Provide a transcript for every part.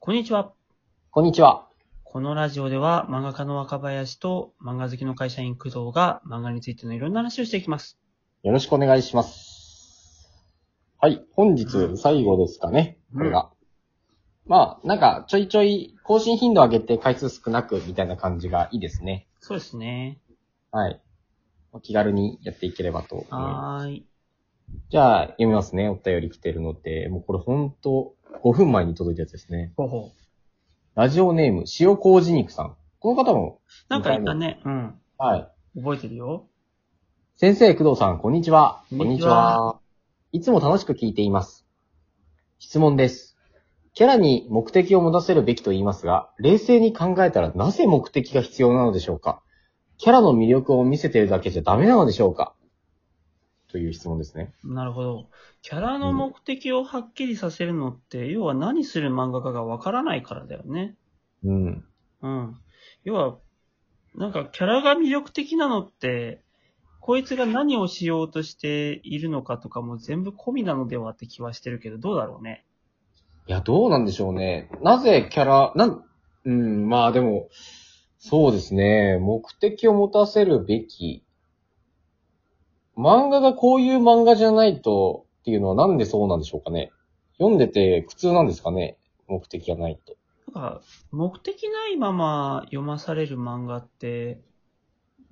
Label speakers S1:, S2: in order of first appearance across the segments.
S1: こんにちは。
S2: こんにちは。
S1: このラジオでは漫画家の若林と漫画好きの会社員工藤が漫画についてのいろんな話をしていきます。
S2: よろしくお願いします。はい。本日最後ですかね。
S1: うん
S2: これが。まあ、なんか、ちょいちょい更新頻度上げて回数少なくみたいな感じがいいですね。
S1: そうですね。
S2: はい。お気軽にやっていければと思います。
S1: はーい。
S2: じゃあ、読みますね。お便り来てるので。もうこれほんと、5分前に届いたやつですね。
S1: ほうほう。
S2: ラジオネーム、塩麹肉さん。この方も、
S1: なんかいたね。うん。
S2: はい。
S1: 覚えてるよ。
S2: 先生、工藤さん、こんにちは。
S1: こんにちは。
S2: いつも楽しく聞いています。質問です。キャラに目的を持たせるべきと言いますが、冷静に考えたらなぜ目的が必要なのでしょうかキャラの魅力を見せてるだけじゃダメなのでしょうかという質問ですね。
S1: なるほど。キャラの目的をはっきりさせるのって、要は何する漫画家がわからないからだよね。
S2: うん。
S1: うん。要は、なんかキャラが魅力的なのって、こいつが何をしようとしているのかとかも全部込みなのではって気はしてるけど、どうだろうね。
S2: いや、どうなんでしょうね。なぜキャラ、なん、うん、まあでも、そうですね。目的を持たせるべき。漫画がこういう漫画じゃないとっていうのはなんでそうなんでしょうかね。読んでて苦痛なんですかね。目的がないと。
S1: なんか、目的ないまま読まされる漫画って、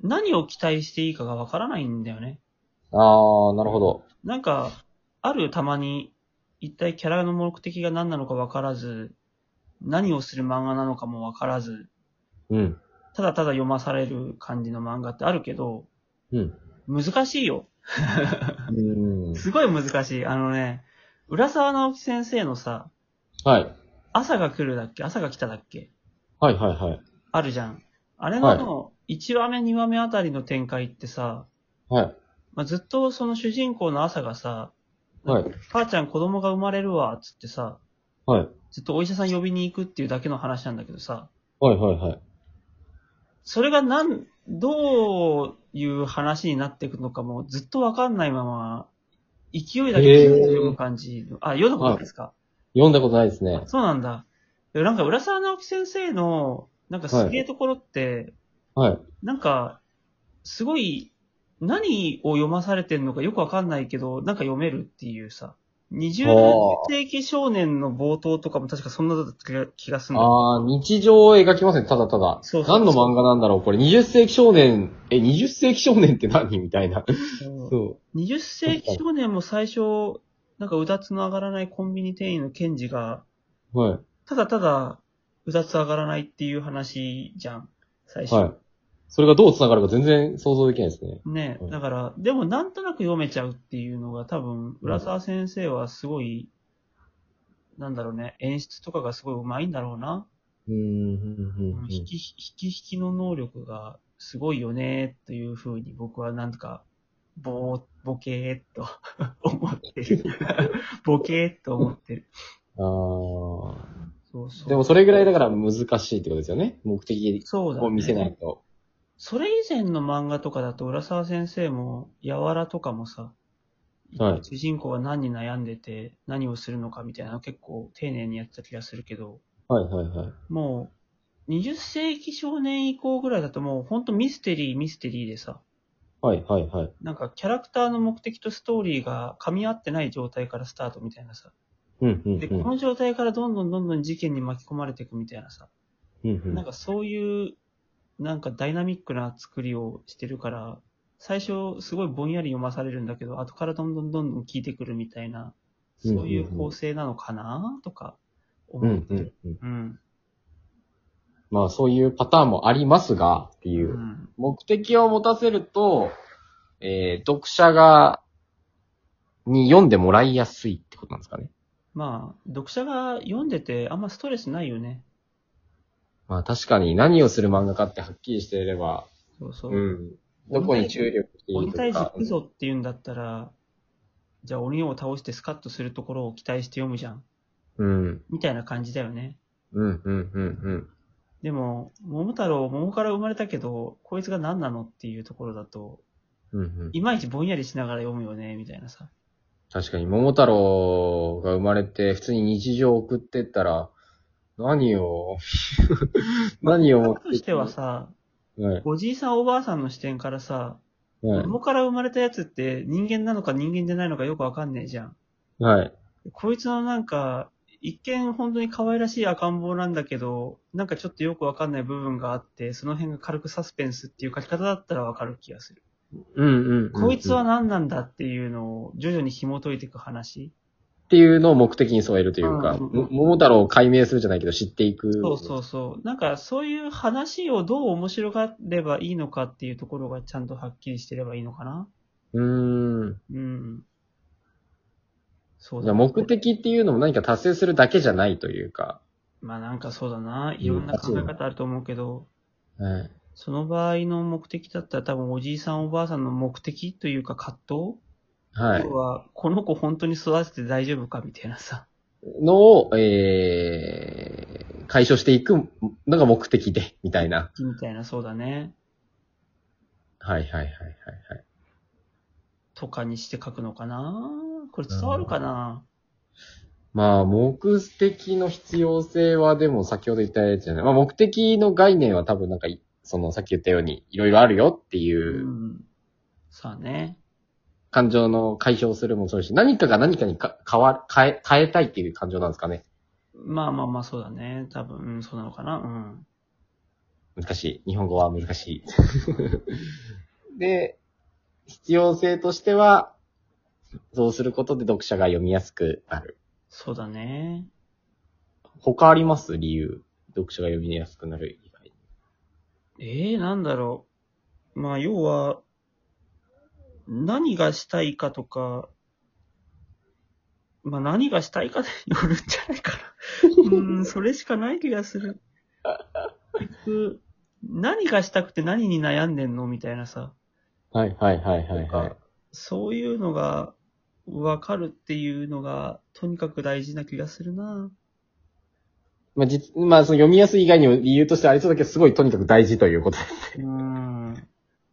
S1: 何を期待していいかがわからないんだよね。
S2: あー、なるほど。
S1: なんか、あるたまに、一体キャラの目的が何なのかわからず、何をする漫画なのかもわからず、
S2: うん。
S1: ただただ読まされる感じの漫画ってあるけど、
S2: うん。
S1: 難しいよ。
S2: うん。
S1: すごい難しい。あのね、浦沢直樹先生のさ、
S2: はい。
S1: 朝が来るだっけ朝が来ただっけ
S2: はいはいはい。
S1: あるじゃん。あれのあの、1話目2話目あたりの展開ってさ、
S2: はい。
S1: まあ、ずっとその主人公の朝がさ、
S2: はい。
S1: 母ちゃん子供が生まれるわ、つってさ、
S2: はい。
S1: ずっとお医者さん呼びに行くっていうだけの話なんだけどさ、
S2: はいはいはい。
S1: それがなん、どういう話になっていくのかもずっとわかんないまま、勢いだけで読む感じの。あ、読んだことないですか、
S2: 読んだことないですね。
S1: そうなんだ。でもなんか、浦沢直樹先生の、なんかすげえところって、
S2: はい。
S1: なんか、すごい、何を読まされてんのかよくわかんないけど、なんか読めるっていうさ、20
S2: あ
S1: 世紀少年の冒頭とかも確かそんなだった気が気がするんだ。
S2: ああ、日常を描きますね、ただただ。
S1: そうそうそう
S2: 何の漫画なんだろうこれ20世紀少年、え、20世紀少年って何みたいな。
S1: そう
S2: そ
S1: 20世紀少年も最初、なんかうだつの上がらないコンビニ店員のケンジが、
S2: う。はい。
S1: ただただ、うだつ上がらないっていう話じゃん、最初。
S2: はい。それがどう繋がるか全然想像できないですね。
S1: ね
S2: うん
S1: だから、でもなんとなく読めちゃうっていうのが多分、浦沢先生はすごい、なんだろうね、演出とかがすごい上手いんだろうな。
S2: うーん
S1: 引き、引き引きの能力がすごいよね、というふうに僕はなんとか、ぼー、ぼけーっと 思って る。ぼけーっと思ってる。
S2: あ
S1: そう
S2: あ。で
S1: そう。
S2: もそれぐらいだから難しいってことですよね。目的
S1: そうだ、ね。
S2: を見せないと。
S1: それ以前の漫画とかだと、浦沢先生も、やわらとかもさ、
S2: はい
S1: 主人公が何に悩んでて、何をするのかみたいなの結構丁寧にやってた気がするけど、
S2: はいはいはい。
S1: もう、20世紀少年以降ぐらいだともう、ほんとミステリー、ミステリーでさ、
S2: はいはいはい。
S1: なんかキャラクターの目的とストーリーが噛み合ってない状態からスタートみたいなさ。
S2: うんうん
S1: で、この状態からどんどんどんどん事件に巻き込まれていくみたいなさ。
S2: うん。うんう
S1: なん
S2: ん
S1: かそういう、なんかダイナミックな作りをしてるから、最初すごいぼんやり読まされるんだけど、後からどんどんどんどん聞いてくるみたいな、そういう構成なのかなとか思
S2: う
S1: っ
S2: ん
S1: て
S2: う
S1: る。
S2: んうん。
S1: うん。
S2: まあそういうパターンもありますが、って
S1: う
S2: いう。
S1: ん。
S2: 目的を持たせると、えー、読者が、に読んでもらいやすいってことなんですかね。
S1: まあ、読者が読んでてあんまストレスないよね。
S2: まあ確かに何をする漫画かってはっきりしていれば、
S1: そうそう。
S2: うん。どこに注力してい
S1: 鬼
S2: い
S1: 退治
S2: とか
S1: 来。るぞって言うんだったら、じゃあ鬼を倒してスカッとするところを期待して読むじゃん。
S2: うん。
S1: みたいな感じだよね。
S2: うん、うん、うん、
S1: でも、桃太郎、桃から生まれたけど、こいつが何なのっていうところだと、
S2: うん。うんうん、
S1: いまいちぼんやりしながら読むよね、みたいなさ。
S2: 確かに、桃太郎が生まれて、普通に日常を送ってったら、何 を何を
S1: としてはさ、
S2: はい。
S1: おじいさんおばあさんの視点からさ、
S2: は
S1: 子供から生まれたやつって人間なのか人間じゃないのかよくわかんねえじゃん。
S2: い。はい。
S1: こいつのなんか、一見本当に可愛らしい赤ん坊なんだけど、なんかちょっとよくわかんない部分があって、その辺が軽くサスペンスっていう書き方だったらわかる気がする。
S2: うんうんうんうん。
S1: こいつは何なんだっていうのを徐々に紐解いていく話。
S2: っていうのを目的に添えるというか、
S1: うんうんうん
S2: も桃太郎を解明するじゃないけど知っていく。
S1: そうそうそう。なんかそういう話をどう面白がればいいのかっていうところがちゃんとはっきりしてればいいのかな。
S2: う。うーん。
S1: うん。そう
S2: じゃあ
S1: だ。
S2: 目的っていうのも何か達成するだけじゃないというか。
S1: まあなんかそうだな。いろんな考え方あると思うけど、
S2: はい。
S1: その場合の目的だったら多分おじいさんおばあさんの目的というか葛藤、
S2: はい
S1: 要。は、この子本当に育てて大丈夫かみたいなさ。
S2: のを、えー、解消していくのが目的で、みたいな。
S1: みたいな、そうだね。
S2: はいはいはいはい、はい。
S1: とかにして書くのかなこれ伝わるかな、
S2: まあ、目的の必要性はでも先ほど言ったやつじゃない。まあ、目的の概念は多分なんかい、そのさっき言ったように、いろいろあるよっていうう、
S1: ん。さあね。
S2: 感情の解消するもそうですし、何かが何かにか変わ、変え、変えたいっていう感情なんですかね。
S1: まあまあまあ、そうだね。多分、うん、そうなのかなうん。
S2: 難しい。日本語は難 しい。で、必要性としては、そうすることで読者が読みやすくなる。
S1: そうだね。
S2: 他あります理由。読者が読みやすくなる以外に。
S1: ええなんだろう。まあ、要は、何がしたいかとか、まあ、何がしたいかによるんじゃないかな。うん、それしかない気がする。結局何がしたくて何に悩んでんのみたいなさ。
S2: はいはいはいはい、
S1: な
S2: は
S1: ん
S2: い
S1: か。そういうのが分かるっていうのが、とにかく大事な気がするな。
S2: まあ、実、まあ、その読みやすい以外にも理由としてありそうだけど、すごいとにかく大事ということです。
S1: うん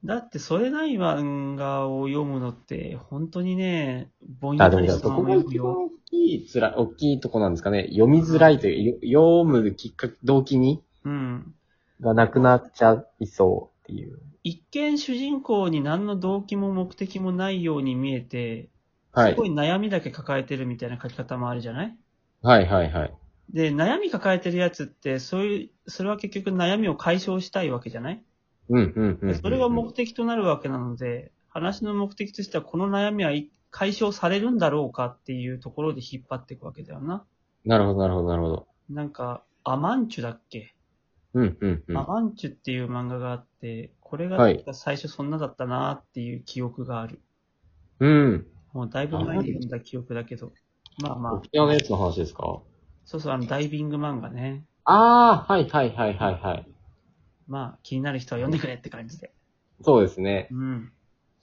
S1: だって、それない漫画を読むのって、本当にね、ぼんや
S2: あ、で
S1: り
S2: も
S1: した
S2: そ
S1: ま
S2: こ
S1: ま
S2: が
S1: 読
S2: 一
S1: む
S2: 番
S1: よ。
S2: 大きい、つら、大きいとこなんですかね。読みづらいという、よ読むきっかけ、動機に、
S1: うん。
S2: がなくなっちゃいそうっていう。
S1: 一見主人公に何の動機も目的もないように見えて、
S2: は
S1: す
S2: い
S1: ご。い悩みだけ抱えてるみたいな書き方もあるじゃない
S2: はいはいはい。
S1: で、悩み抱えてるやつって、そういう、それは結局悩みを解消したいわけじゃない
S2: うんうんうんうん。
S1: それが目的となるわけなので、話の目的としてはこの悩みはい解消されるんだろうかっていうところで引っ張っていくわけだよな。
S2: なるほどなるほどなるほど。
S1: なんか、アマンチュだっけ、
S2: うんうんうん。
S1: ア
S2: は
S1: マンチュっていう漫画があって、これが
S2: はい
S1: 確か最初そんなだったなっていう記憶がある。
S2: うん。
S1: もうだいぶ前に読んだ記憶だけど。まあま
S2: 沖縄のやつの話ですか
S1: あ、そうそう、あのダイビング漫画ね。
S2: ああ、はいはいはいはいはい。
S1: まあ、気になる人は読んでくれって感じで。
S2: そうですね。
S1: うん。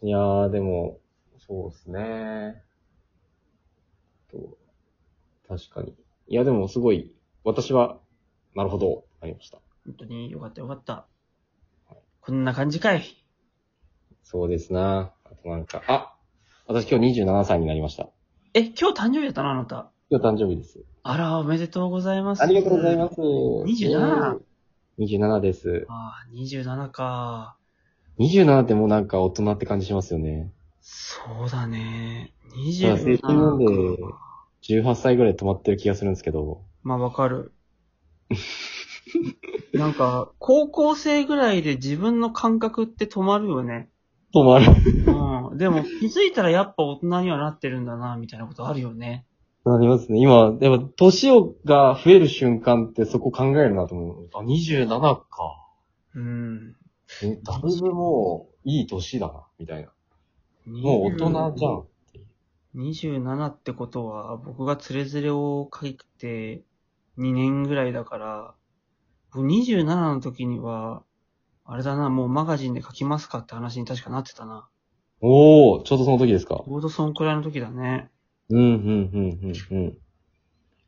S2: いやー、でも、そうですね。と確かに。いや、でもすごい、私は、なるほど、ありました。
S1: 本当によかったよかった。こんな感じかい。
S2: そうですな。あとなんか、あ私今日27歳になりました。
S1: え、今日誕生日だったな、あなた。
S2: 今日誕生日です。
S1: あら、おめでとうございます。
S2: ありがとうございます。
S1: 27
S2: 27です。
S1: ああ、27か。
S2: 27ってもうなんか大人って感じしますよね。
S1: そうだね。
S2: まあ
S1: 27
S2: 成人なんで
S1: か。、
S2: 18歳ぐらいで止まってる気がするんですけど。
S1: まあ、わかる。なんか、高校生ぐらいで自分の感覚って止まるよね。
S2: 止まる。
S1: うん。でも、気づいたらやっぱ大人にはなってるんだな、みたいなことあるよね。
S2: なりますね。今、やっぱ、年をが増える瞬間ってそこ考えるなと思う。あ、27か。
S1: うん。
S2: えだいぶもう、いい年だな、みたいな。もう大人じゃん。
S1: 27ってことは、僕がつれづれを書いて2年ぐらいだから、僕27の時には、あれだな、もうマガジンで書きますかって話に確かなってたな。
S2: おー、ちょうどその時ですか
S1: ち。ょうどそんくらいの時だね。
S2: うん、うん、うん、うん、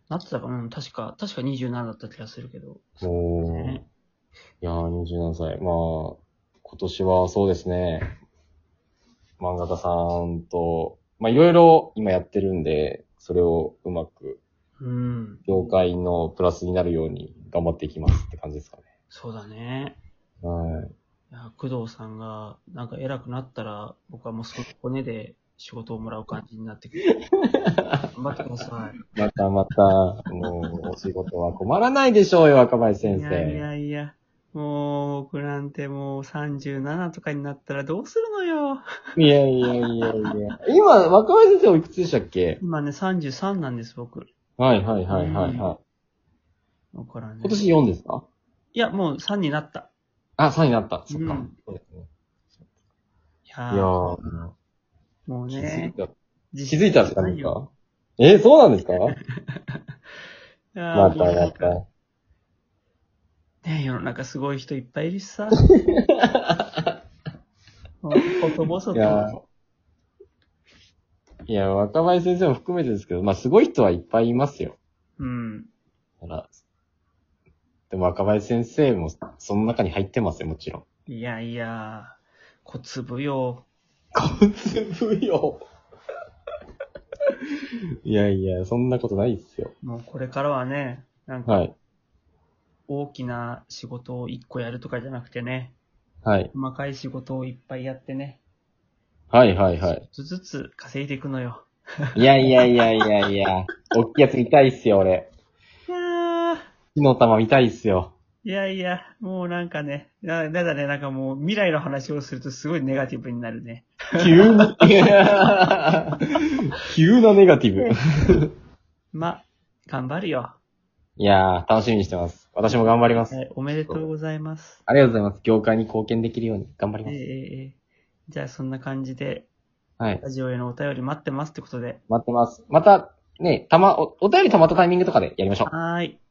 S1: なってたか、うん、確か、確か27だった気がするけど。
S2: うん。おー。い
S1: ね
S2: やー、27歳。まあ、今年はそうですね。漫画家さんと、まあいろいろ今やってるんで、それをうまく
S1: うん。
S2: 業界のプラスになるように頑張っていきますって感じですかね。
S1: そうだね。
S2: はい。
S1: いや工藤さんが、なんか偉くなったら、僕はもうその骨で仕事をもらう感じになってく る。頑張ってください。
S2: またまた、もう、お仕事は困らないでしょうよ、若林先
S1: いやい
S2: 生。
S1: やいや、もう、僕なんてもう37とかになったらどうするのよ。
S2: いやいやいやいや。今、若林先生おいくつでしたっけ
S1: 今ね、33なんです、僕。
S2: はいはいはいはいは
S1: だからね
S2: い。。今年4ですか
S1: いや、もう3になった。
S2: あ、3になった。そっ
S1: う
S2: か
S1: ん。
S2: そうですね
S1: いや
S2: い
S1: ー
S2: やー、
S1: もう
S2: 気づい
S1: ね。
S2: た。気づいたって感じ
S1: い
S2: です
S1: や
S2: かえそうなん ですか
S1: ー
S2: また
S1: もうな
S2: ま
S1: んか
S2: た。
S1: ね世の中すごい人いっぱいいるし さ。もう細々
S2: いやー
S1: と。
S2: いや、若林先生も含めてですけど、まあ、すごい人はいっぱいいますよ。
S1: うん。
S2: だからでも若林先生も、その中に入ってますよ、もちろん。
S1: いやいや、小粒よ。
S2: 小粒よ。いやいや、そんなことないっすよ。
S1: もうこれからはね、なんか
S2: はい。
S1: 大きな仕事を一個やるとかじゃなくてね、
S2: はい。
S1: 細かい仕事をいっぱいやってね、
S2: はいはいはい。
S1: ちょっとずつ稼いでいくのよ。
S2: いやいやいやいやいや。おっきいやつ見たいっすよ、俺。
S1: いやー
S2: 火の玉見たいっすよ。
S1: いやいや、もうなんかね、ななんだね、なんかもう未来の話をするとすごいネガティブになるね。
S2: 急に。急なネガティブ。
S1: ま、頑張るよ。
S2: いやー、楽しみにしてます。私も頑張ります。
S1: はい、おめでとうございます。
S2: ありがとうございます。業界に貢献できるように頑張り
S1: ええ
S2: ま
S1: え
S2: す。
S1: ええじゃあそんな感じで、
S2: はい。
S1: ラジオへのお便り待ってますってことで。
S2: 待ってます。また、ね、たま、お、お便りたまったタイミングとかでやりましょう。
S1: はーい。